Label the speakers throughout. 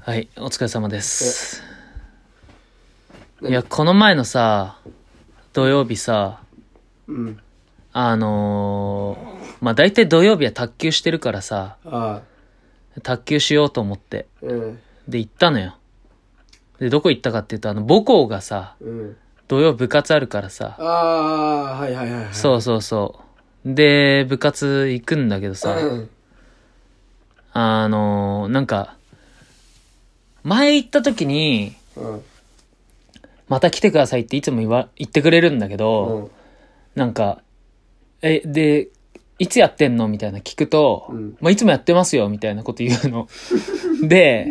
Speaker 1: はい、お疲れ様です。
Speaker 2: え
Speaker 1: いや、この前のさ、土曜日さ、
Speaker 2: うん。
Speaker 1: あのー、まあ、大体土曜日は卓球してるからさ、
Speaker 2: ああ。
Speaker 1: 卓球しようと思って。
Speaker 2: うん。
Speaker 1: で、行ったのよ。で、どこ行ったかっていうと、あの、母校がさ、
Speaker 2: うん。
Speaker 1: 土曜部活あるからさ、
Speaker 2: ああ、はいはいはいはい。
Speaker 1: そうそうそう。で、部活行くんだけどさ、
Speaker 2: うん。
Speaker 1: あのー、なんか、前行った時に、
Speaker 2: うん。
Speaker 1: また来てくださいっていつも言わ、言ってくれるんだけど、
Speaker 2: うん。
Speaker 1: なんか、え、で、いつやってんのみたいな聞くと、
Speaker 2: うん
Speaker 1: まあ、いつもやってますよ、みたいなこと言う の。で、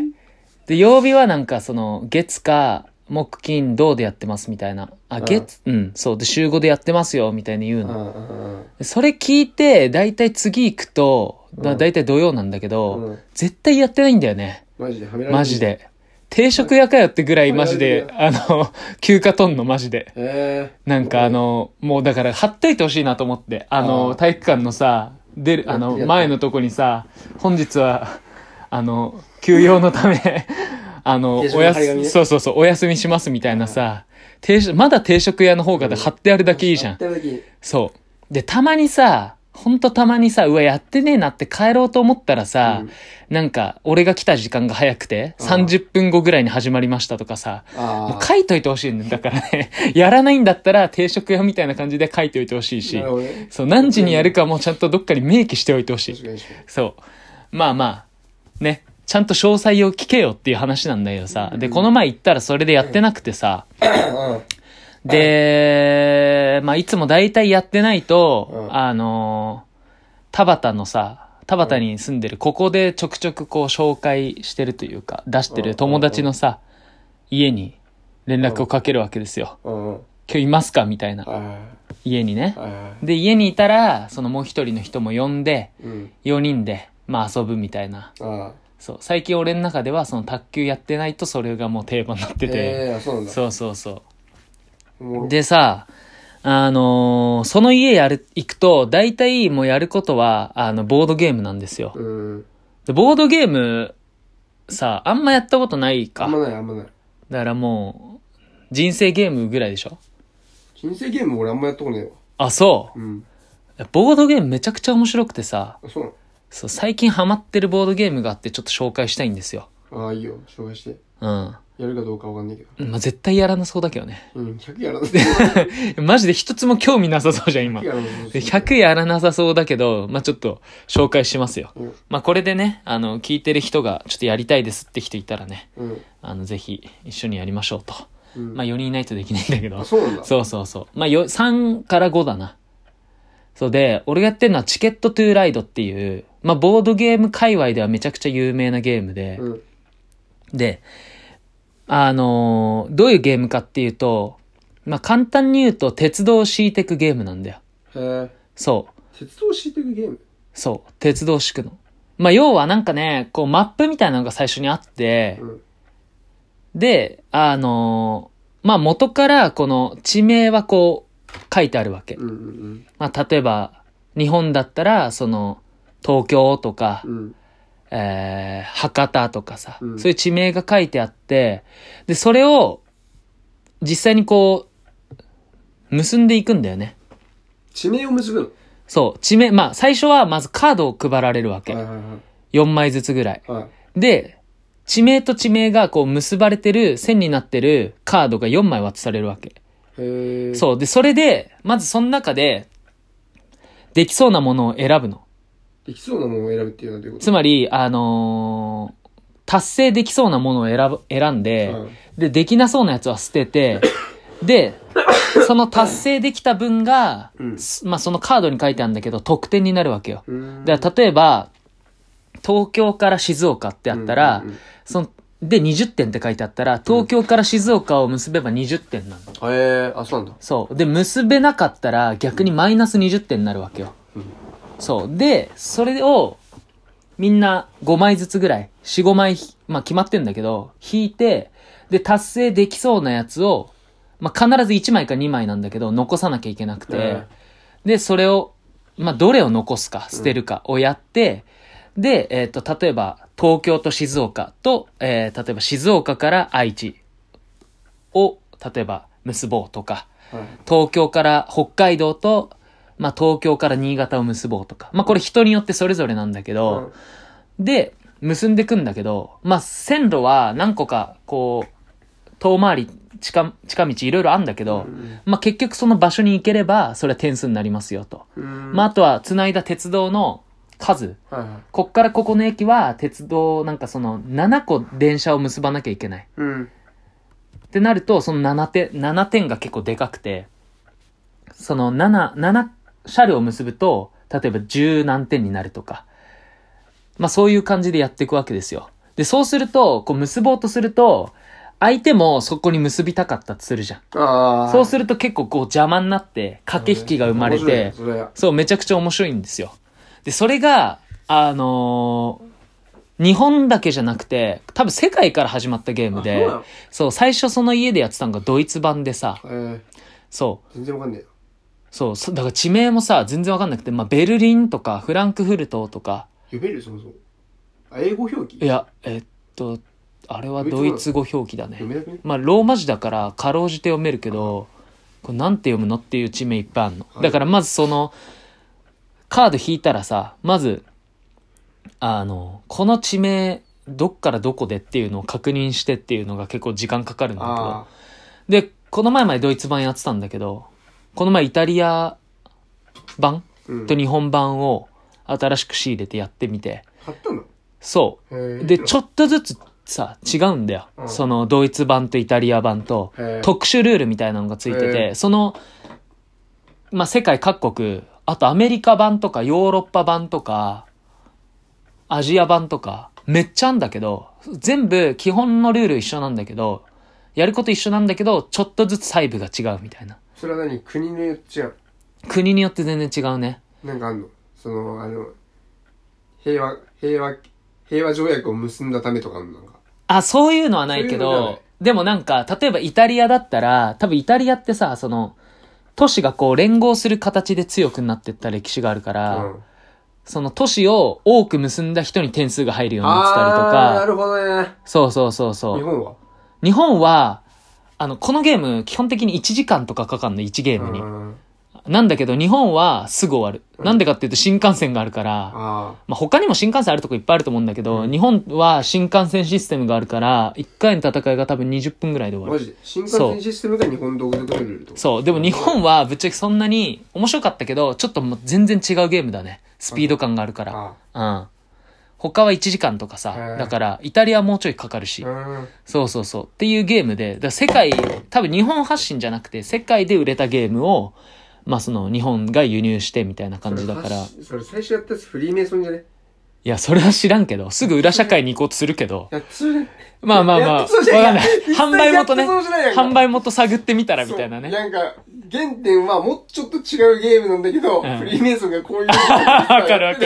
Speaker 1: で、曜日はなんかその、月か、木金土でやってます、みたいな。あ、
Speaker 2: ん
Speaker 1: 月、うん、そう。で、週5でやってますよ、みたいに言う
Speaker 2: う
Speaker 1: の。
Speaker 2: んうん
Speaker 1: それ聞いて、だいたい次行くと、だ
Speaker 2: うん
Speaker 1: だいたい土曜なんだけど、
Speaker 2: うん
Speaker 1: 絶対やってないんだよね。
Speaker 2: マジではめられる
Speaker 1: マジ。で。定食屋かよってぐらいマジで、あの、休暇とんのマジで。
Speaker 2: え
Speaker 1: なんかあの、もうだから貼っといてほしいなと思って、あの、
Speaker 2: あー
Speaker 1: 体育館のさ、出る、あ
Speaker 2: や
Speaker 1: の
Speaker 2: ってや、って
Speaker 1: 前のとこにさ、本日は、あの、休養のため、 あの、
Speaker 2: 定食
Speaker 1: お
Speaker 2: の
Speaker 1: や
Speaker 2: 張り紙
Speaker 1: す、
Speaker 2: ね
Speaker 1: そうそうそう、お休みしますみたいなさ、定食、まだ定食屋の方が貼ってあるだけいい
Speaker 2: え
Speaker 1: じゃん。
Speaker 2: やった時
Speaker 1: そう。で、たまにさ、ほんとたまにさ、うわ、やってねえなって帰ろうと思ったらさ、
Speaker 2: うん
Speaker 1: なんか、俺が来た時間が早くて、
Speaker 2: あー
Speaker 1: 30分後ぐらいに始まりましたとかさ、も
Speaker 2: あ
Speaker 1: う書いといてほしいね。だからね、 やらないんだったら定食屋みたいな感じで書いておいてほしい
Speaker 2: あ。
Speaker 1: し
Speaker 2: なる、ほどね。
Speaker 1: そう、何時にやるかもちゃんとどっかに明記しておいてほし
Speaker 2: 確
Speaker 1: い。
Speaker 2: かに確かに
Speaker 1: そう。まあまあ、ね、ちゃんと詳細を聞けよっていう話なんだけどさ、で、この前行ったらそれでやってなくてさ、で、まあいつも大体やってないと、
Speaker 2: うん
Speaker 1: あのー田端のさ、田端に住んでる、ここでちょくちょくこう紹介してるというか、出してる友達のさ、家に連絡をかけるわけですよ。
Speaker 2: うん。うん。
Speaker 1: 今日いますかみたいな。
Speaker 2: あ
Speaker 1: 家にね
Speaker 2: あ。。ああ。
Speaker 1: で、家にいたら、そのもう一人の人も呼んで、
Speaker 2: うん。
Speaker 1: 4人で、まあ遊ぶみたいな。
Speaker 2: ああ。
Speaker 1: そう。最近俺の中では、その卓球やってないとそれがもう定番になってて。
Speaker 2: ええ、そうなんだ。
Speaker 1: そうそうそう。
Speaker 2: もう。
Speaker 1: でさ、あのーその家やる、行くと、大体もうやることは、あの、ボードゲームなんですよ。
Speaker 2: うん。
Speaker 1: で、ボードゲーム、さ、あんまやったことない
Speaker 2: あ
Speaker 1: か
Speaker 2: ん。まないあんまない。
Speaker 1: だからもう、人生ゲームぐらいでしょ
Speaker 2: 人生ゲーム俺あんまやったことないわ。
Speaker 1: あ、そう。
Speaker 2: うん。
Speaker 1: ボードゲームめちゃくちゃ面白くてさ、
Speaker 2: あ、そうな
Speaker 1: そう、最近ハマってるボードゲームがあってちょっと紹介したいんですよ。
Speaker 2: のああ、いいよ。紹介して。
Speaker 1: うん。ま
Speaker 2: やるかどうかわかんないけど。
Speaker 1: あ、絶対やらなそうだけどね。
Speaker 2: うん。100やらない。
Speaker 1: マジで一つも興味なさそうじゃん、今。
Speaker 2: 100やらな い。
Speaker 1: で100やらなさそうだけど、まあ、ちょっと紹介しますよ。
Speaker 2: うん。
Speaker 1: まあ、これでね、あの、聞いてる人が、ちょっとやりたいですって人いたらね、
Speaker 2: うん。
Speaker 1: あの、ぜひ、一緒にやりましょうと。
Speaker 2: うん。
Speaker 1: まあ、4人いないとできないんだけど
Speaker 2: あ、。そうなんだ。
Speaker 1: そうそうそう。まあ、よ3から5だな。そうで、俺がやってるのはチケットトゥーライドっていう、まあ、ボードゲーム界隈ではめちゃくちゃ有名なゲームで、
Speaker 2: うん。
Speaker 1: で、あのーどういうゲームかっていうと、まあ、簡単に言うと、鉄道を敷いてくゲームなんだよ。
Speaker 2: へえ。
Speaker 1: そう。
Speaker 2: 鉄道を敷いていくゲーム
Speaker 1: そう。鉄道敷くの。まあ、要はなんかね、こう、マップみたいなのが最初にあって、
Speaker 2: うん。
Speaker 1: で、あのーまあ、元から、この、地名はこう、書いてあるわけ。
Speaker 2: うんうん
Speaker 1: まあ、例えば、日本だったら、その、東京とか
Speaker 2: う、ん。
Speaker 1: えー、博多とかさ、
Speaker 2: うん
Speaker 1: そういう地名が書いてあって、で、それを、実際にこう、結んでいくんだよね。
Speaker 2: 地名を結ぶ
Speaker 1: そう、地名、まあ、最初はまずカードを配られるわけ。
Speaker 2: の。はいはいは
Speaker 1: 4枚ずつぐらい。
Speaker 2: い。はい。
Speaker 1: で、地名と地名がこう結ばれてる、線になってるカードが4枚渡されるわけ。
Speaker 2: へえ。
Speaker 1: そう。で、それで、まずその中で、できそうなものを選ぶの。
Speaker 2: う。できそうなものを選ぶっていうのはどういうこと
Speaker 1: つまり、あのー達成できそうなものを選ぶ選んで、
Speaker 2: うん
Speaker 1: で、できなそうなやつは捨て て、で、その達成できた分が、
Speaker 2: うん
Speaker 1: すまあ、そのカードに書いてあるんだけど、得点になるわけよ。
Speaker 2: うーん。
Speaker 1: だから、例えば、東京から静岡ってあったら、
Speaker 2: うんうんうん
Speaker 1: その、で、20点って書いてあったら、東京から静岡を結べば20点なの。
Speaker 2: へえ、あ、そうなんだ。
Speaker 1: そう。で、結べなかったら逆にマイナス20点になるわけよ。
Speaker 2: うん
Speaker 1: そう。で、それを、みんな5枚ずつぐらい、4、5枚ひ、まあ決まってんだけど、引いて、で、達成できそうなやつを、まあ必ず1枚か2枚なんだけど、残さなきゃいけなくて、
Speaker 2: うん
Speaker 1: で、それを、まあどれを残すか、捨てるかをやって、で、えっ、と、例えば、東京と静岡と、えー例えば静岡から愛知を、例えば結ぼうとか、
Speaker 2: はい。
Speaker 1: 東京から北海道と、まあ、東京から新潟を結ぼうとか。まあ、これ人によってそれぞれなんだけど、
Speaker 2: う
Speaker 1: で、結んでくんだけど、まあ、線路は何個か、こう、遠回り、近、近道いろいろあんだけど、
Speaker 2: ん
Speaker 1: まあ、結局その場所に行ければ、それは点数になりますよと。
Speaker 2: うん。
Speaker 1: まあ、あとは、繋いだ鉄道の数。
Speaker 2: あ、はいはい。
Speaker 1: こっからここの駅は、鉄道、なんかその、7個電車を結ばなきゃいけない。
Speaker 2: うん。
Speaker 1: ってなると、その7点、7点が結構でかくて、その7、7車両を結ぶと、例えば10何点になるとか、まあそういう感じでやっていくわけですよ。で、そうすると、こう結ぼうとすると、相手もそこに結びたかったとするじゃん。
Speaker 2: ああ。
Speaker 1: そうすると結構こう邪魔になって、駆け引きが生まれて、
Speaker 2: 面白いねそれ
Speaker 1: そう、めちゃくちゃ面白いんですよ。で、それが、あのー日本だけじゃなくて、多分世界から始まったゲーム
Speaker 2: あ
Speaker 1: で
Speaker 2: そうなの、
Speaker 1: そう、最初その家でやってたのがドイツ版でさ、
Speaker 2: え
Speaker 1: そう、
Speaker 2: ー、全然わかんねえよ。
Speaker 1: そう、そだから地名もさ、全然わかんなくて、まあ、ベルリンとか、フランクフルトとか、
Speaker 2: 読めるそもそも。あ、英語表記
Speaker 1: いや、えっと、あれはドイツ語表記だね
Speaker 2: 読。めなくね
Speaker 1: まあ、ローマ字だから、かろうじて読めるけど、これなんて読むのっていう地名いっぱいあるの。
Speaker 2: はい
Speaker 1: だから、まずその、カード引いたらさ、まず、あの、この地名、どっからどこでっていうのを確認してっていうのが結構時間かかるんだけど
Speaker 2: あ。
Speaker 1: で、この前までドイツ版やってたんだけど、この前イタリア版
Speaker 2: あ。うん
Speaker 1: と。日本版を新しく仕入れてやってみて、
Speaker 2: 買ったの
Speaker 1: そう、で、ち
Speaker 2: ょ
Speaker 1: ょっとずつさ、違うんだよ。
Speaker 2: うん
Speaker 1: その、ドイツ版とイタリア版と
Speaker 2: へえ、
Speaker 1: 特殊ルールみたいなのがついて
Speaker 2: へ
Speaker 1: て、その、まあ、世界各国、あとアメリカ版とかヨーロッパ版とか、アジア版とか、めっちゃあんだけど、全部基本のルール一緒なんだけど、やること一緒なんだけど、ちょっとずつ細部が違うみたいな。
Speaker 2: それは何国の違う。
Speaker 1: 国によって全然違うね。
Speaker 2: なんかあんのその、あの、平和、平和、平和条約を結んだためとかあんのなんか。
Speaker 1: あ、そういうのはないけ
Speaker 2: そういうのはな
Speaker 1: ど
Speaker 2: い、
Speaker 1: でもなんか、例えばイタリアだったら、多分イタリアってさ、その、都市がこう連合する形で強くなってった歴史があるから、
Speaker 2: うん
Speaker 1: その都市を多く結んだ人に点数が入るようになってたりと
Speaker 2: あーな
Speaker 1: か、
Speaker 2: るほどね。
Speaker 1: そうそうそうそ
Speaker 2: 日
Speaker 1: う。
Speaker 2: 本は
Speaker 1: 日本は、あの、このゲーム、基本的に1時間とかかかんの、1ゲームに
Speaker 2: う。ん
Speaker 1: なんだけど、日本はすぐ終わる。なんでかっていうと新幹線があるから、
Speaker 2: あ
Speaker 1: まあ、他にも新幹線あるとこいっぱいあると思うんだけど、日本は新幹線システムがあるから、1回の戦いが多分20分ぐらいで
Speaker 2: あ。
Speaker 1: 終わ
Speaker 2: マ
Speaker 1: る。
Speaker 2: ジで。新幹線システムが日本独特のルールと。
Speaker 1: そう。でも日本はぶっちゃけそんなに面白かったけど、ちょっともう全然違うゲームだね。スピード感があるから。
Speaker 2: あ
Speaker 1: うん。他は1時間とか
Speaker 2: へ
Speaker 1: さ。
Speaker 2: ー
Speaker 1: だから、イタリアはもうちょいかかるし
Speaker 2: あ。。うん。
Speaker 1: そうそうそう。っていうゲームで、だから世界、多分日本発信じゃなくて、世界で売れたゲームを、まあその日本が輸入してみたいな感じだから。い
Speaker 2: それそれ最初やったやつフリーメイソンじゃね
Speaker 1: や、それは知らんけど、すぐ裏社会に行こうとするけど。
Speaker 2: やっつね。
Speaker 1: まあまあまあ、
Speaker 2: や
Speaker 1: わ
Speaker 2: ってそ
Speaker 1: か
Speaker 2: うんじゃん
Speaker 1: ない
Speaker 2: やって。
Speaker 1: 販売元ね、
Speaker 2: やってそうじゃないやんか
Speaker 1: 販売元探ってみた らみたいな
Speaker 2: そう
Speaker 1: ね。
Speaker 2: なんか、原点はもうちょっと違うゲームなんだけど、
Speaker 1: ん
Speaker 2: フリーメイソンがこういう。
Speaker 1: わかるわかる
Speaker 2: やっ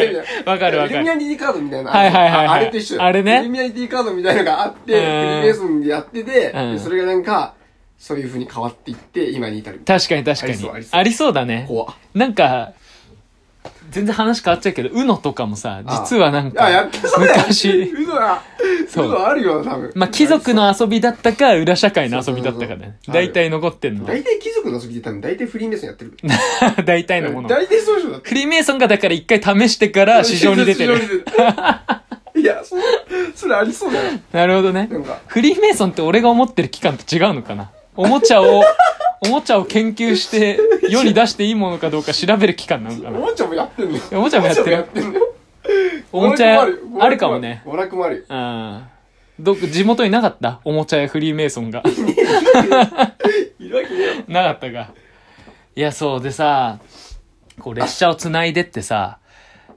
Speaker 2: て
Speaker 1: わかるわかる
Speaker 2: イルミナティカードみたいな。
Speaker 1: はいはいはいはい
Speaker 2: ああれと一緒だよ
Speaker 1: あれね
Speaker 2: イルミナティカードみたいなのがあっ
Speaker 1: う
Speaker 2: て、フリ
Speaker 1: ん
Speaker 2: ーメイソンでやってて、
Speaker 1: うん
Speaker 2: でそれがなんか、そういう風に変わっていって、今に至る。
Speaker 1: 確かに確か
Speaker 2: ありそうあり
Speaker 1: に。
Speaker 2: そう
Speaker 1: ありそうだね。
Speaker 2: 怖っ
Speaker 1: なんか、全然話変わっちゃうけど、UNO とかもさ、
Speaker 2: あ
Speaker 1: 実はなん
Speaker 2: あ、やっ
Speaker 1: か
Speaker 2: ぱそうだよ。
Speaker 1: 昔、
Speaker 2: 嘘だ。
Speaker 1: そう
Speaker 2: 嘘あるよ、多分。
Speaker 1: まあ、貴族の遊びだったか、裏社会の遊びだったか
Speaker 2: そうそう
Speaker 1: ね
Speaker 2: そう。そう
Speaker 1: 大体残ってんの。
Speaker 2: 大体貴族の遊びで多分大体フリーメイソンやってる。
Speaker 1: 大体のもの。
Speaker 2: 大体そうでしょ、だって。
Speaker 1: フリーメイソンがだから一回試してから市場に出て
Speaker 2: 市場
Speaker 1: る。
Speaker 2: に出てるいや、そう、それありそうだよ。
Speaker 1: なるほどね
Speaker 2: なんか。
Speaker 1: フリーメイソンって俺が思ってる期間と違うのかなおもちゃを、おもちゃを研究して世に出していいものかどうか調べる期間なのか
Speaker 2: お
Speaker 1: な
Speaker 2: もちゃもやってんのよ。
Speaker 1: おもちゃもやってる
Speaker 2: おもんのよ
Speaker 1: おもちゃ
Speaker 2: 娯楽も
Speaker 1: あるかもね。
Speaker 2: 娯楽もあるよ。
Speaker 1: うん。どっか地元になかったおもちゃやフリーメイソ ンが。
Speaker 2: いるわけねえよ。
Speaker 1: なかったか。いや、そうでさ、こう列車を繋いでってさ、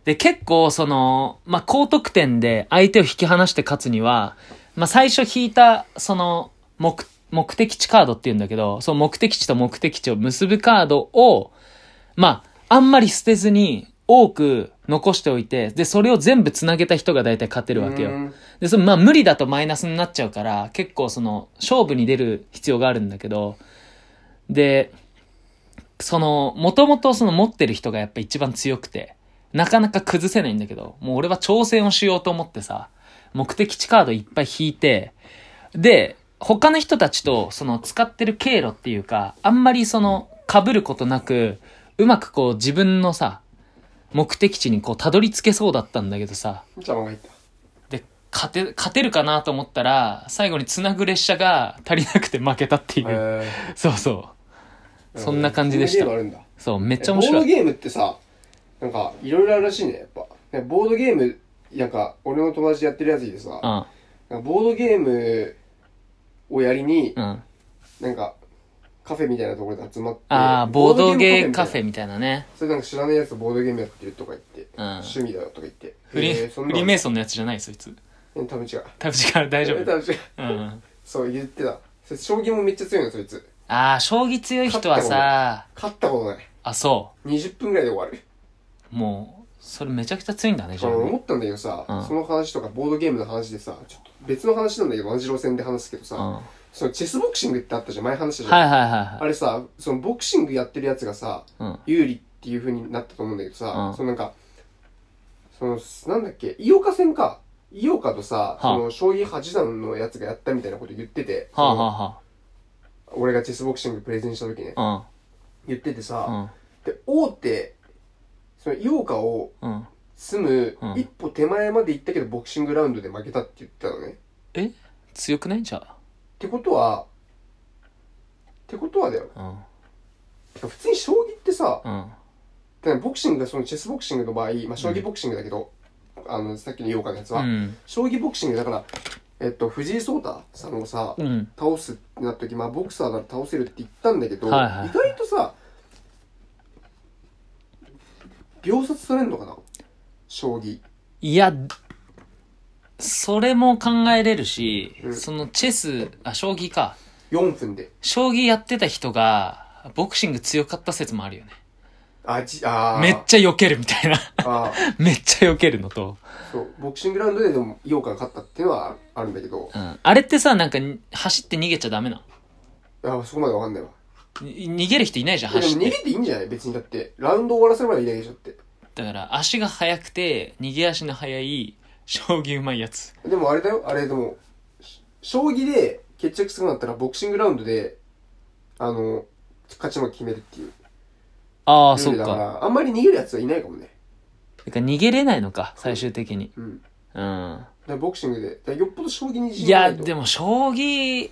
Speaker 1: で、結構その、まあ、高得点で相手を引き離して勝つには、まあ、最初引いた、その、目、目的地カードって言うんだけど、その目的地と目的地を結ぶカードを、まあ、あんまり捨てずに、多く残しておいて、で、それを全部繋げた人が大体勝てるわけよ。
Speaker 2: うん
Speaker 1: で、その、まあ、無理だとマイナスになっちゃうから、結構その、勝負に出る必要があるんだけど、で、その、もともとその持ってる人がやっぱ一番強くて、なかなか崩せないんだけど、もう俺は挑戦をしようと思ってさ、目的地カードいっぱい引いて、で、他の人たちと、その使ってる経路っていうか、あんまりその、被ることなく、うまくこう自分のさ、目的地にこうたどり着けそうだったんだけどさ、
Speaker 2: じゃあ、お前行っ
Speaker 1: で、勝て、勝てるかなと思ったら、最後に繋ぐ列車が足りなくて負けたってい
Speaker 2: た。
Speaker 1: う。
Speaker 2: へ
Speaker 1: そうそう。
Speaker 2: ー
Speaker 1: そんな感じでした
Speaker 2: そんなゲームあ。るんだ。
Speaker 1: そう、めっちゃ面白
Speaker 2: ボード
Speaker 1: い。
Speaker 2: ゲームってさ、なんか、いろいろあるらしいね、やっぱ。ねボードゲーム、なんか、俺の友達やってるやついてさ、
Speaker 1: うん、
Speaker 2: なんかボードゲームをやりに、
Speaker 1: うん。あ
Speaker 2: なんか、カフェみたいなところで集まって。
Speaker 1: あー、ボードゲーカフ
Speaker 2: みたい
Speaker 1: ェみたいなね。
Speaker 2: な。それなんか知らないやつとボードゲームやってるとか言って、
Speaker 1: うん
Speaker 2: 趣味だよとか言って。
Speaker 1: フリ
Speaker 2: へ
Speaker 1: ー、
Speaker 2: ーそん
Speaker 1: フ
Speaker 2: な
Speaker 1: リーメイソンのやつじゃないそいつ。
Speaker 2: うん多分違う。
Speaker 1: 多分違う、大丈
Speaker 2: え
Speaker 1: 夫。
Speaker 2: 多分違う。
Speaker 1: うん。
Speaker 2: そう、言ってた。それ将棋もめっちゃ強いの、そいつ。
Speaker 1: ああ、将棋強い人はさ、
Speaker 2: 勝ったことない。
Speaker 1: あ、そ
Speaker 2: 20分ぐらいで終わる。
Speaker 1: う。もう、それめちゃくちゃ強いんだね、じ
Speaker 2: あ
Speaker 1: ゃあ
Speaker 2: の、
Speaker 1: ね。
Speaker 2: 思ったんだけどさ、
Speaker 1: うん
Speaker 2: その話とかボードゲームの話でさ、ちょっと別の話なんだけど、同じ路線で話すけどさ、
Speaker 1: うん。はい
Speaker 2: そのチェスボクシングってあったじゃん、前話したじゃん。
Speaker 1: はいはいは
Speaker 2: あれさ、そのボクシングやってるやつがさ、
Speaker 1: い。うん。
Speaker 2: 有利っていう風になったと思うんだけどさ、
Speaker 1: うん
Speaker 2: そのなんか、その、なんだっけ、井岡戦か。井岡とさ、
Speaker 1: あ
Speaker 2: その、将棋八段のやつがやったみたいなこと言ってて、
Speaker 1: はあ
Speaker 2: その
Speaker 1: は
Speaker 2: 俺がチェスボクシングプレゼンした時ね、
Speaker 1: あは
Speaker 2: 言っててさ、
Speaker 1: あ。
Speaker 2: で、王手、その、井岡を
Speaker 1: うん。うん。
Speaker 2: 住む
Speaker 1: うん
Speaker 2: 一歩手前まで行ったけど、ボクシングラウンドで負けたって言ってたのね。っ
Speaker 1: え強くないじゃあ。
Speaker 2: てことは、ってことはだよ。
Speaker 1: うん。
Speaker 2: てか普通に将棋ってさ、
Speaker 1: うん。
Speaker 2: でボクシングがそのチェスボクシングの場合、まあ、将棋ボクシングだけど、あの、さっきの井岡のやつ
Speaker 1: う
Speaker 2: は、
Speaker 1: ん。
Speaker 2: 将棋ボクシングだから、えっと、藤井聡太さんをさ、
Speaker 1: うん。
Speaker 2: 倒すってなった時、まあ、ボクサーなら倒せるって言ったんだけど、
Speaker 1: はいはい
Speaker 2: 意外とさ、秒殺されんのかな将棋。
Speaker 1: いや、それも考えれるし、
Speaker 2: うん
Speaker 1: そのチェス、あ、将棋か。
Speaker 2: 4分で。
Speaker 1: 将棋やってた人が、ボクシング強かった説もあるよね。
Speaker 2: あ、じ、あー
Speaker 1: めっちゃ避けるみたいな。
Speaker 2: あー
Speaker 1: めっちゃ避けるのと。
Speaker 2: そう、ボクシングラウンドででも、井岡が勝ったっていうのはあるんだけど、
Speaker 1: うん。あれってさ、なんかに、走って逃げちゃダメな
Speaker 2: あーそこまでわかんないわ。
Speaker 1: のに逃げる人いないじゃん、
Speaker 2: でも
Speaker 1: 走
Speaker 2: 逃
Speaker 1: っ
Speaker 2: げ
Speaker 1: て。
Speaker 2: ていいんじゃない別にだって、ラウンド終わらせるまでいないでしょって。
Speaker 1: だから、足が速くて、逃げ足の速い、将棋うまいやつ。
Speaker 2: でもあれだよ、あれでも、し将棋で決着つくなったらボクシングラウンドで、あの、勝ち負け決めるっていう。
Speaker 1: ああ、そう
Speaker 2: ルールだか
Speaker 1: か。
Speaker 2: ら、あんまり逃げる奴はいないかもね。
Speaker 1: だから逃げれないのか、最終的に。
Speaker 2: うん。だか
Speaker 1: うん。
Speaker 2: らボクシングで。だからよっぽど将棋に自
Speaker 1: いや、で
Speaker 2: も、
Speaker 1: も将棋、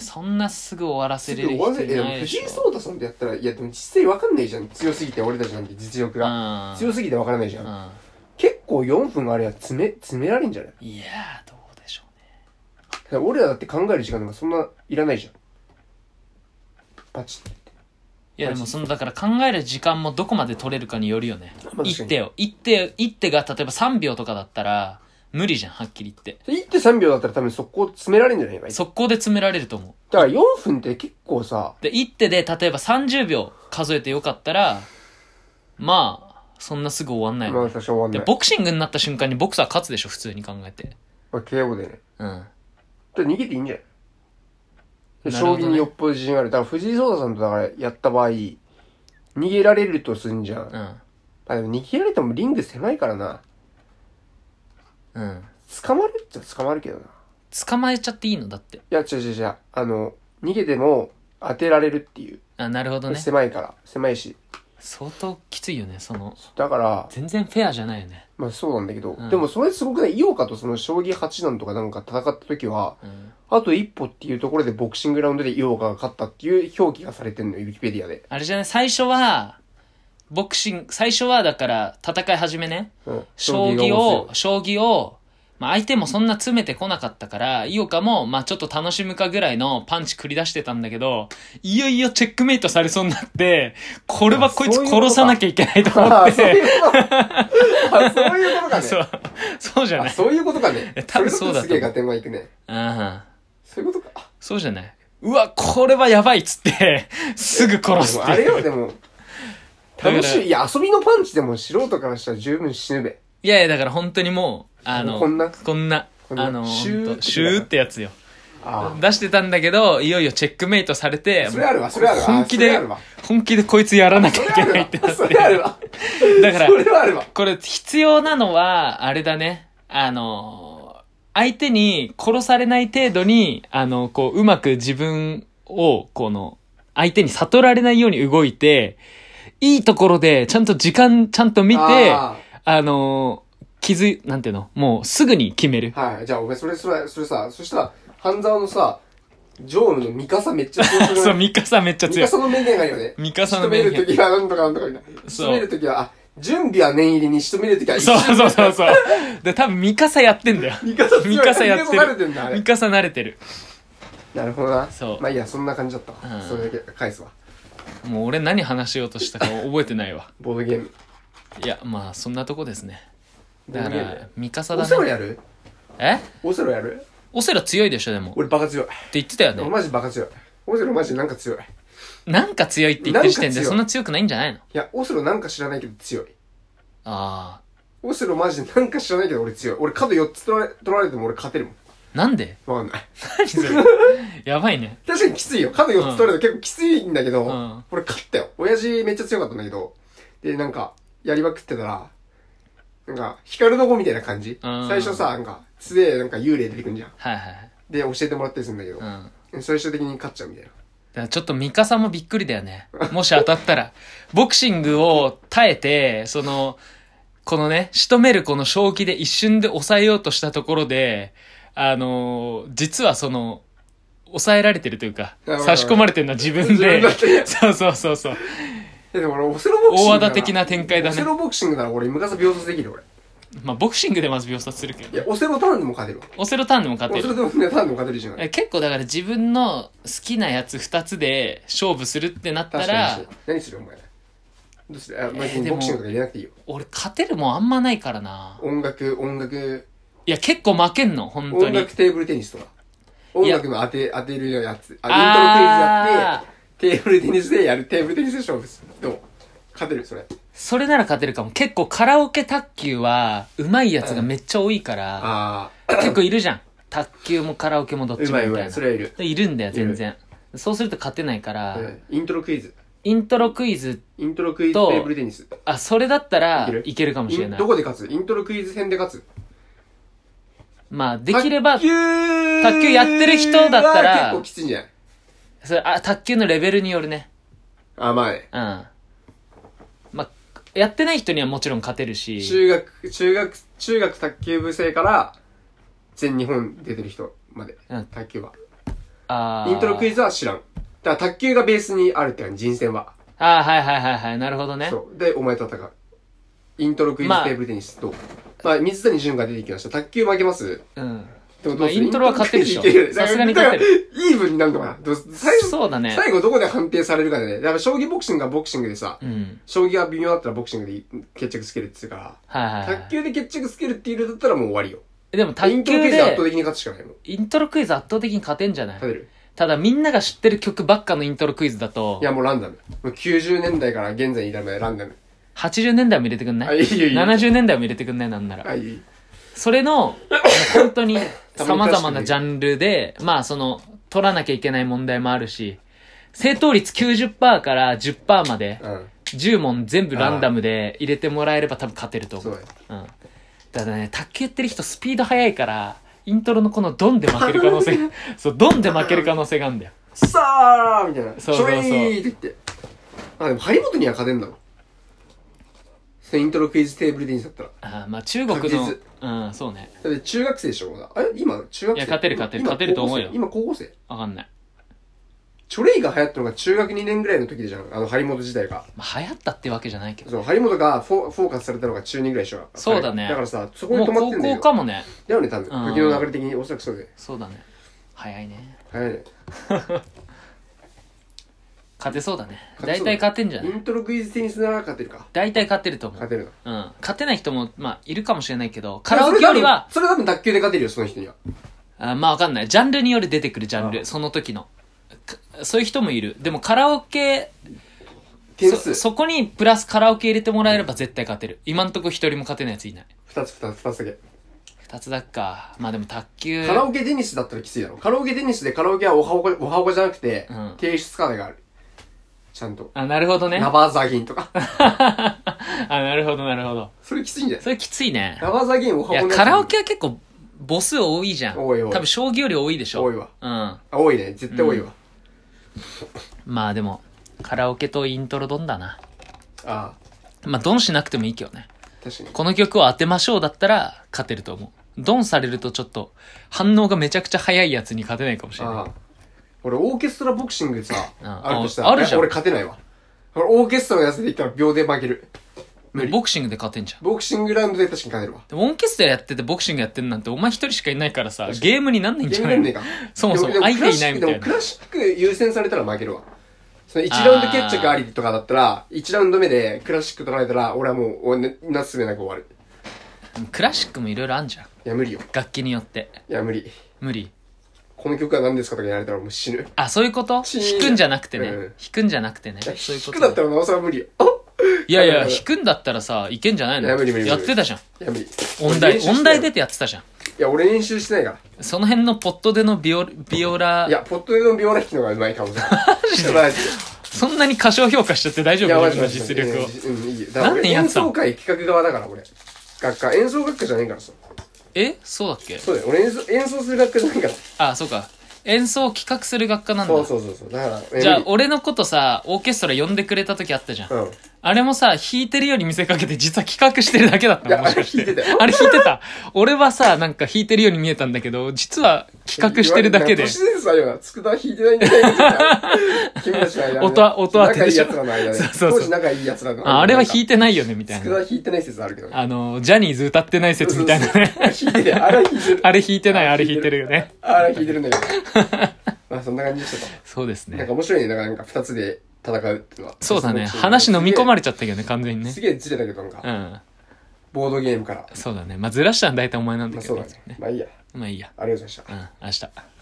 Speaker 1: そんなすぐ終わらせ
Speaker 2: す
Speaker 1: れ
Speaker 2: ぐ
Speaker 1: る
Speaker 2: 終わ
Speaker 1: 人
Speaker 2: らせ
Speaker 1: いない
Speaker 2: え
Speaker 1: でし
Speaker 2: 藤
Speaker 1: ょ。
Speaker 2: 井聡太さんってやったら、いや、でも実際わかんないじゃん。強すぎて俺たちなんて実力が。強すぎてわからないじゃ。
Speaker 1: うんん。
Speaker 2: 結構4分あれは詰め、詰められんじゃないだ
Speaker 1: うん。いやー、どうでしょうね。
Speaker 2: から俺らだって考える時間なんかそんないらないじゃん。パチッて。
Speaker 1: いや、でもその、だから考える時間もどこまで取れるかによるよね
Speaker 2: 確か。に
Speaker 1: 一手を。一手、一手が例えば3秒とかだったら、無理じゃん、はっきり言って。
Speaker 2: 1.3秒だったら多分速攻詰められんじゃないかい
Speaker 1: 速攻で詰められると思
Speaker 2: だから4分って結構さ、
Speaker 1: う。で、一手で例えば30秒数えてよかったら、まあ、そんなすぐ終わんない
Speaker 2: ま
Speaker 1: よ
Speaker 2: あ
Speaker 1: ね。
Speaker 2: 私は終わん
Speaker 1: で、
Speaker 2: ない。
Speaker 1: ボクシングになった瞬間にボクサー勝つでしょ、普通に考えて。
Speaker 2: まあ KO でね。
Speaker 1: うん。
Speaker 2: だから逃げていいんじゃない
Speaker 1: なるほ
Speaker 2: 将
Speaker 1: どね
Speaker 2: 棋によっぽど自信がある。だから藤井聡太さんとだからやった場合、逃げられるとすんじゃん。
Speaker 1: うん。
Speaker 2: あ、でも逃げられてもリング狭いからな。
Speaker 1: うん。
Speaker 2: 捕まるっちゃ捕まるけどな。い
Speaker 1: 捕まえちゃっていいのだって。
Speaker 2: や、違う違う違う。あの、逃げても当てられるっていう。
Speaker 1: あ、なるほどね。
Speaker 2: 狭いから。狭いし。
Speaker 1: 相当きついよね、その、
Speaker 2: だから、
Speaker 1: 全然フェアじゃないよね。
Speaker 2: まあそうなんだけど、
Speaker 1: うん
Speaker 2: でもそれすごくない井岡とその将棋八段とかなんか戦った時は、
Speaker 1: うん。
Speaker 2: あと一歩っていうところでボクシングラウンドで井岡が勝ったっていう表記がされてんのよ、ウィキペディアで。
Speaker 1: あれじゃない、最初は、ボクシング、最初はだから、戦い始めね。
Speaker 2: うん
Speaker 1: 将棋
Speaker 2: が
Speaker 1: を
Speaker 2: 面白、い
Speaker 1: 将棋を、まあ相手もそんな詰めてこなかったから、井岡も、まあちょっと楽しむかぐらいのパンチ繰り出してたんだけど、いよいよチェックメイトされそうになって、これはこいつ
Speaker 2: あそういうことか
Speaker 1: 殺さなきゃいけないと思
Speaker 2: あ
Speaker 1: っ
Speaker 2: あ、そう
Speaker 1: て、
Speaker 2: いうこと。あ、そういうことかね。
Speaker 1: そう、 そうじゃ
Speaker 2: あ、
Speaker 1: ない。
Speaker 2: そういうことかね
Speaker 1: え。多分そうだと思う
Speaker 2: れこそすげえガテンマイクね。
Speaker 1: うん。
Speaker 2: そういうことか。
Speaker 1: そうじゃないうわ、これはやばいっつって、 すぐ殺す
Speaker 2: でも
Speaker 1: っ
Speaker 2: あ
Speaker 1: て
Speaker 2: れ
Speaker 1: い
Speaker 2: よ、
Speaker 1: う。
Speaker 2: でも。
Speaker 1: だから
Speaker 2: 楽しい。いや、遊びのパンチでも素人からしたら十分死ぬべ。
Speaker 1: いやいや、だから本当にもう、あの、
Speaker 2: こんな
Speaker 1: こんな、
Speaker 2: こんな
Speaker 1: あの、
Speaker 2: シ
Speaker 1: シ
Speaker 2: ュー
Speaker 1: ュ
Speaker 2: って
Speaker 1: ーシューってやつよ。
Speaker 2: あ
Speaker 1: 出してたんだけど、いよいよチェックメイトされて、
Speaker 2: あ。それあるわ、それあるわ。
Speaker 1: 本気
Speaker 2: それ
Speaker 1: で
Speaker 2: あるわ。、
Speaker 1: 本気でこいつやらなきゃいけないってなっ
Speaker 2: それあるわ。
Speaker 1: て。だから
Speaker 2: そ、れはあるわ。
Speaker 1: これ必要なのは、あれだね。あの相手に殺されない程度に、あの、こう、うまく自分を、この、相手に悟られないように動いて、いいところで、ちゃんと時間、ちゃんと見て、あ
Speaker 2: あ
Speaker 1: の、気づい、なんていうのもうすぐに決める。
Speaker 2: ーはい。じゃあ、お前、それ、それ、それさ、そしたら、半沢のさ、ジョーヌのミカサめっちゃ強く
Speaker 1: そ
Speaker 2: な
Speaker 1: う、
Speaker 2: い
Speaker 1: ミカサめっちゃ
Speaker 2: ミ
Speaker 1: 強
Speaker 2: カ
Speaker 1: い。
Speaker 2: サの名言があるよね。
Speaker 1: ミカサ
Speaker 2: 仕
Speaker 1: の
Speaker 2: 留
Speaker 1: 名
Speaker 2: めると
Speaker 1: 言。
Speaker 2: きはなんとかなんとかみたいな。仕
Speaker 1: そう
Speaker 2: 留めるときは、あ、準備は念入りに仕留めるときは一
Speaker 1: そう
Speaker 2: 瞬
Speaker 1: そうそうそう。で、多分ミカサやってんだよ。
Speaker 2: ミカサ強い
Speaker 1: ミカサやって
Speaker 2: ミカサ慣れて
Speaker 1: る
Speaker 2: んだあ。れ
Speaker 1: ミカサ慣れてる。
Speaker 2: なるほどな。
Speaker 1: そう
Speaker 2: まあいいや、そんな感じだった
Speaker 1: う
Speaker 2: わ。
Speaker 1: ん
Speaker 2: それだけ返すわ。
Speaker 1: もう俺何話しようとしたか覚えてないわ。
Speaker 2: ボードゲーム。
Speaker 1: いや、まあ、そんなとこですね。
Speaker 2: ボ
Speaker 1: だ
Speaker 2: ード
Speaker 1: か
Speaker 2: ゲーム
Speaker 1: ら。、ミカサ
Speaker 2: オセ
Speaker 1: だ
Speaker 2: ロ
Speaker 1: ね。
Speaker 2: やる
Speaker 1: え
Speaker 2: オセロやる
Speaker 1: オセロ強いでしょ、でも。って
Speaker 2: 俺バカ強い。
Speaker 1: 言ってたよ
Speaker 2: 俺
Speaker 1: ね。
Speaker 2: マジバカ強い。オセロマジなんか強い。い
Speaker 1: なんか強いって言ってる時点
Speaker 2: なんか
Speaker 1: で、
Speaker 2: 強い
Speaker 1: そんな強くないんじゃないの
Speaker 2: や、オセロなんか知らないけど強い。
Speaker 1: あ
Speaker 2: オセロマジなんか知らないけど俺強い。俺角4つ取られ取られても俺勝てるも
Speaker 1: ー。なんで
Speaker 2: ん。わかんない。
Speaker 1: 何それ やばいね。
Speaker 2: 確かにきついよ。角4つ取れると結構きついんだけど、
Speaker 1: ん
Speaker 2: 俺勝ったよ。親父めっちゃ強かったんだけど、で、なんか、やりまくってたら、なんか、光の子みたいな感じ。
Speaker 1: うん
Speaker 2: 最初さ、なんか、素でなんか幽霊出てくんじゃん。
Speaker 1: はいはいはい。
Speaker 2: で、教えてもらったりするんだけど
Speaker 1: う、ん。
Speaker 2: 最終的に勝っちゃうみたいな。
Speaker 1: だからちょっとミカサもびっくりだよ ね。もし当たったら。ボクシングを耐えて、その、このね、仕留めるこの正気で一瞬で抑えようとしたところで、あのー実はその、抑えられてるというか、
Speaker 2: なるほど
Speaker 1: 差し込まれてるのは自分で
Speaker 2: 自分だっ。て
Speaker 1: そうそうそうそう。
Speaker 2: えでも俺、オセロボクシング
Speaker 1: 大
Speaker 2: なら。
Speaker 1: 和田的な展開だ
Speaker 2: オセ
Speaker 1: ね。
Speaker 2: ロボクシングなら俺、昔秒殺できるよ俺。
Speaker 1: まあ、ボクシングでまず秒殺するけ
Speaker 2: い
Speaker 1: ど。
Speaker 2: や、オセロターンでも勝てるわ。
Speaker 1: オセロターンでも勝
Speaker 2: オ
Speaker 1: て
Speaker 2: セ
Speaker 1: る
Speaker 2: ロ。でもね、ターンでも勝てるじゃん。
Speaker 1: え結構だから自分の好きなやつ2つで勝負するってなった
Speaker 2: 確からに。、何するお前。どうするあ、マ
Speaker 1: え
Speaker 2: ジ
Speaker 1: ーで
Speaker 2: に
Speaker 1: も
Speaker 2: ボクシングとか入れなくていいよ。
Speaker 1: 俺勝てるもんあんまないからな。
Speaker 2: 音楽、音楽、
Speaker 1: いや、結構負けんの、本当
Speaker 2: 音
Speaker 1: に。
Speaker 2: 楽テーブルテニスとか。音
Speaker 1: いや
Speaker 2: 楽の当て、当てるやつ。
Speaker 1: あー
Speaker 2: あ、イントロクイズやって、テーブルテニスでやる、テーブルテニスで勝負する。どう勝てるそれ。
Speaker 1: それなら勝てるかも。結構カラオケ卓球は、うまいやつがめっちゃ多いから、
Speaker 2: あ
Speaker 1: 結構いるじゃん。卓球もカラオケもどっ
Speaker 2: あ、
Speaker 1: ちも
Speaker 2: う
Speaker 1: みた
Speaker 2: まい
Speaker 1: いう
Speaker 2: ま
Speaker 1: な。
Speaker 2: い。それはいる。
Speaker 1: でいるんだよ、全然。そうすると勝てないから、
Speaker 2: うんイントロクイズ。
Speaker 1: イントロクイズ、
Speaker 2: イントロクイズ、テ
Speaker 1: と
Speaker 2: ーブルテニス。
Speaker 1: あ、それだったら
Speaker 2: いける
Speaker 1: いけるかもし
Speaker 2: イ
Speaker 1: れ
Speaker 2: ン
Speaker 1: ない
Speaker 2: ど。こで勝つイントロクイズ編で勝つ
Speaker 1: まあ、できれば
Speaker 2: 卓、球
Speaker 1: 卓球やってる人だったら
Speaker 2: は結構きついんじゃない
Speaker 1: それあ卓球のレベルによるね。
Speaker 2: あ、まあね。
Speaker 1: うん。まあ、やってない人にはもちろん勝てるし、
Speaker 2: 中学、中学、中学卓球部生から、全日本出てる人まで。
Speaker 1: うん
Speaker 2: 卓球は。
Speaker 1: あー
Speaker 2: イントロクイズは知らん。だから卓球がベースにあるって感じ、人選は。
Speaker 1: あーはいはいはいはい、なるほどね。
Speaker 2: そう。で、お前と戦う。イントロクイズ
Speaker 1: まあ
Speaker 2: テーブルテニスと。まあ、水谷隼が出てきました。卓球負けます
Speaker 1: うん。
Speaker 2: でも
Speaker 1: まあイントロは勝てるでしょ
Speaker 2: イントロクイズいけ
Speaker 1: さすがに
Speaker 2: だから
Speaker 1: 勝て
Speaker 2: だからイーブンになるのかなどう最後、
Speaker 1: そうだね。
Speaker 2: 最後どこで判定されるかでね。だから将棋ボクシングがボクシングでさ、
Speaker 1: うん。
Speaker 2: 将棋が微妙だったらボクシングで決着つけるっつうか
Speaker 1: はいはい
Speaker 2: ら、
Speaker 1: はい、
Speaker 2: 卓球で決着つけるっていうのだったらもう終わりよ。
Speaker 1: でも
Speaker 2: イ
Speaker 1: 卓
Speaker 2: ントロク
Speaker 1: 球
Speaker 2: イズは圧
Speaker 1: で
Speaker 2: 倒、的に勝つしかないもん。
Speaker 1: イントロクイズ圧倒的に勝てんじゃない
Speaker 2: 勝てる
Speaker 1: ただみんなが知ってる曲ばっかのイントロクイズだと
Speaker 2: い、や、もうランダム。もう90年代から現在に至るまでランダム。
Speaker 1: 80年代も入れてくんな
Speaker 2: あ、
Speaker 1: い
Speaker 2: いいよいいよ。
Speaker 1: ?70 年代も入れてくんないなんなら。
Speaker 2: あ、いい。
Speaker 1: それの、本当に
Speaker 2: た
Speaker 1: 様
Speaker 2: まに
Speaker 1: 々なジャンルで、まあその、取らなきゃいけない問題もあるし、正答率90%から10%まで
Speaker 2: う、ん。
Speaker 1: 10問全部ランダムで入れてもらえれば多分勝てると
Speaker 2: そ
Speaker 1: 思
Speaker 2: う
Speaker 1: う。
Speaker 2: だよ。
Speaker 1: うん。ただね、卓球やってる人スピード速いから、イントロのこのドンで負ける可能性、 そう、ドンで負ける可能性があるんだよ。
Speaker 2: さあみたいな。
Speaker 1: そうそうそう
Speaker 2: ショイーって言って。あ、でも張本には勝てんだろ。そのイントロクイズテーブルテニスだったら。
Speaker 1: あーまあ中国
Speaker 2: 確
Speaker 1: の、うん、そうね。
Speaker 2: だって中学生でしょまだあれ今、中学
Speaker 1: い
Speaker 2: 生
Speaker 1: や勝てる勝てる
Speaker 2: 今
Speaker 1: 勝てると思うよ
Speaker 2: 今高校生。
Speaker 1: わかんない。
Speaker 2: チョレイが流行ったのが中学2年ぐらいの時じゃん。あの、張本自体が。
Speaker 1: まあ流行ったってわけじゃないけど。
Speaker 2: そう、張本がフォフォーカスされたのが中2ぐらいでしょ
Speaker 1: そうだね
Speaker 2: だからさ、そこ
Speaker 1: も
Speaker 2: に
Speaker 1: う
Speaker 2: 止まっ
Speaker 1: 高
Speaker 2: てんだよ。
Speaker 1: 校かもね。
Speaker 2: だよね、多分。
Speaker 1: うん
Speaker 2: 時の流れ的におそらくそうで。
Speaker 1: そうだね。早いね。
Speaker 2: 早いね。
Speaker 1: 勝てそうだね。
Speaker 2: 勝
Speaker 1: 大
Speaker 2: てそうだ
Speaker 1: 体
Speaker 2: ね
Speaker 1: 勝てんじゃな
Speaker 2: イ
Speaker 1: い
Speaker 2: ントロクイズテニスなら勝てるか。
Speaker 1: 大体勝てると思う
Speaker 2: 勝。てるな。
Speaker 1: うん。勝てない人も、まあ、いるかもしれないけど、カラオケよりは、
Speaker 2: それ多分それ多分卓球で勝てるよ、その人には。
Speaker 1: あまあわかんない。ジャンルによる出てくるジャンル、その時の。かそういう人もいる。でもカラオケ、
Speaker 2: 点
Speaker 1: そ
Speaker 2: 数。
Speaker 1: そこにプラスカラオケ入れてもらえれば絶対勝てる。今んとこ一人も勝てないやついない。
Speaker 2: 二つ、二つ、二つだけ。
Speaker 1: 二つだっか。まあでも卓球。
Speaker 2: カラオケテニスだったらきついだろ。カラオケテニスでカラオケはおはおか、おはおかじゃなくて、
Speaker 1: うん
Speaker 2: 提出課題がある。ちゃんと。
Speaker 1: あ、なるほどね。
Speaker 2: ラ
Speaker 1: あ、
Speaker 2: バーザギンとか。
Speaker 1: なるほど、なるほど。
Speaker 2: それきついんじゃない
Speaker 1: それきついね。
Speaker 2: ラバーザギンおはい
Speaker 1: や、
Speaker 2: おか
Speaker 1: カラオケは結構、母数多いじゃん。
Speaker 2: 多い多い
Speaker 1: 多分将棋より多いでしょ。
Speaker 2: 多いわ。
Speaker 1: うん。
Speaker 2: あ多いね。絶対多いわ。
Speaker 1: まあでも、カラオケとイントロドンだな。
Speaker 2: ああ、
Speaker 1: まあドンしなくてもいいけどね。
Speaker 2: 確かに。
Speaker 1: この曲を当てましょうだったら勝てると思う。ドンされるとちょっと反応がめちゃくちゃ早いやつに勝てないかもしれない。
Speaker 2: ああ。俺、オーケストラボクシングさ、
Speaker 1: ん
Speaker 2: あるとしたら、
Speaker 1: ああるじゃん
Speaker 2: 俺勝てないわ。俺、オーケストラのやつで言ったら秒で負ける。無理
Speaker 1: ボクシングで勝てんじゃん。
Speaker 2: ボクシングラウンドで確かに勝てるわ。
Speaker 1: でもオーケストラやっててボクシングやってんなんてお前一人しかいないからさ、ゲームになんないん
Speaker 2: ゲ
Speaker 1: じ
Speaker 2: ー
Speaker 1: ゃ
Speaker 2: ム
Speaker 1: な
Speaker 2: や
Speaker 1: い
Speaker 2: ん
Speaker 1: の
Speaker 2: ねえか。
Speaker 1: そもそも
Speaker 2: でで
Speaker 1: 相手いないみたいな
Speaker 2: でもクラシック優先されたら負けるわ。その1ラウンド決着ありとかだったら、1ラウンド目でクラシック取られたら、俺はもう、おななすべなく終わる。
Speaker 1: クラシックもいろいろあんじゃん。
Speaker 2: いや、無理よ。
Speaker 1: 楽器によって。
Speaker 2: いや、無理。
Speaker 1: 無理。
Speaker 2: この曲は何ですかとかやられたらもう死ぬ。い
Speaker 1: あ、そういうこと
Speaker 2: ちー
Speaker 1: 弾くんじゃなくてね。
Speaker 2: うん
Speaker 1: 弾くんじゃなくてね。
Speaker 2: や
Speaker 1: そういうこと
Speaker 2: 弾くだったらなおさら無理よ。あ
Speaker 1: いやい
Speaker 2: や
Speaker 1: や、
Speaker 2: めろ
Speaker 1: 弾くんだったらさ、いけんじゃないの
Speaker 2: いや無理無理無理
Speaker 1: やってたじゃん。
Speaker 2: いや、無理。
Speaker 1: 音大、
Speaker 2: 俺練習してない
Speaker 1: 音大出てやってたじゃん。
Speaker 2: いや、俺練習してないか
Speaker 1: その辺のポットでのビオ、ビオラ
Speaker 2: ら。い、や、ポットでのビオラ弾きの方がうまいかも しれない。マジで
Speaker 1: そんなに過小評価しちゃって大丈
Speaker 2: いや、
Speaker 1: 夫
Speaker 2: マ
Speaker 1: 自
Speaker 2: ジ
Speaker 1: 分の
Speaker 2: で。
Speaker 1: 実力を。
Speaker 2: うん、いいよ。だから
Speaker 1: 何
Speaker 2: 俺
Speaker 1: 年やっ
Speaker 2: 演
Speaker 1: てたの
Speaker 2: 奏会企画側だから、俺。学科。演奏学科じゃないからさ。
Speaker 1: えそうだっけ
Speaker 2: そうだよ。俺演奏、演奏する学科じゃないから。
Speaker 1: あ、そうか。演奏を企画する学科なん
Speaker 2: そう
Speaker 1: だ。
Speaker 2: そうそうそう。だから、え
Speaker 1: じゃあ、
Speaker 2: 無
Speaker 1: 俺のことさ、オーケストラ呼んでくれた時あったじゃん。
Speaker 2: 理うん。
Speaker 1: あれもさ、弾いてるように見せかけて実は企画してるだけだった
Speaker 2: いや
Speaker 1: のもしかして。
Speaker 2: あれ弾いてたよ
Speaker 1: あれ弾いてた。俺はさ、なんか弾いてるように見えたんだけど、実は企画してるだけで
Speaker 2: 都。市伝説あるよな。つくだ弾いてないんだよ。君たちの間ね
Speaker 1: 音は音は当て
Speaker 2: 仲
Speaker 1: で
Speaker 2: いい
Speaker 1: しょ
Speaker 2: 奴らの間で。
Speaker 1: そうそうそう
Speaker 2: 当時仲いい奴らの間で。
Speaker 1: ああれは弾いてないよね、みた
Speaker 2: つ
Speaker 1: い
Speaker 2: く
Speaker 1: な。
Speaker 2: だ弾いてない説あるけどね。
Speaker 1: あの、ジャニーズ歌ってない説みたいなね。
Speaker 2: そうそうそう弾いてる。あれは弾いてる。
Speaker 1: あれ弾いてない、あれ弾いてるよね。
Speaker 2: あれは弾いてるんだけど。まあそんな感じでしたと。
Speaker 1: そうです
Speaker 2: なん
Speaker 1: ね
Speaker 2: か。面白いね。だからなんか二つで戦うっていうのは。
Speaker 1: そうだね。話飲み込ま
Speaker 2: れ
Speaker 1: れちゃったけどね、完全にね
Speaker 2: す。げえずれたけど、なん
Speaker 1: う
Speaker 2: か、
Speaker 1: ん。
Speaker 2: ボードゲームから。
Speaker 1: そうだね。まあ、ずらしたのは大体お前なん
Speaker 2: ま
Speaker 1: だ
Speaker 2: あ
Speaker 1: け
Speaker 2: そ
Speaker 1: ど
Speaker 2: うだね。まあいいや。
Speaker 1: まあいいや。
Speaker 2: ありがとうございました
Speaker 1: う。ん、明日。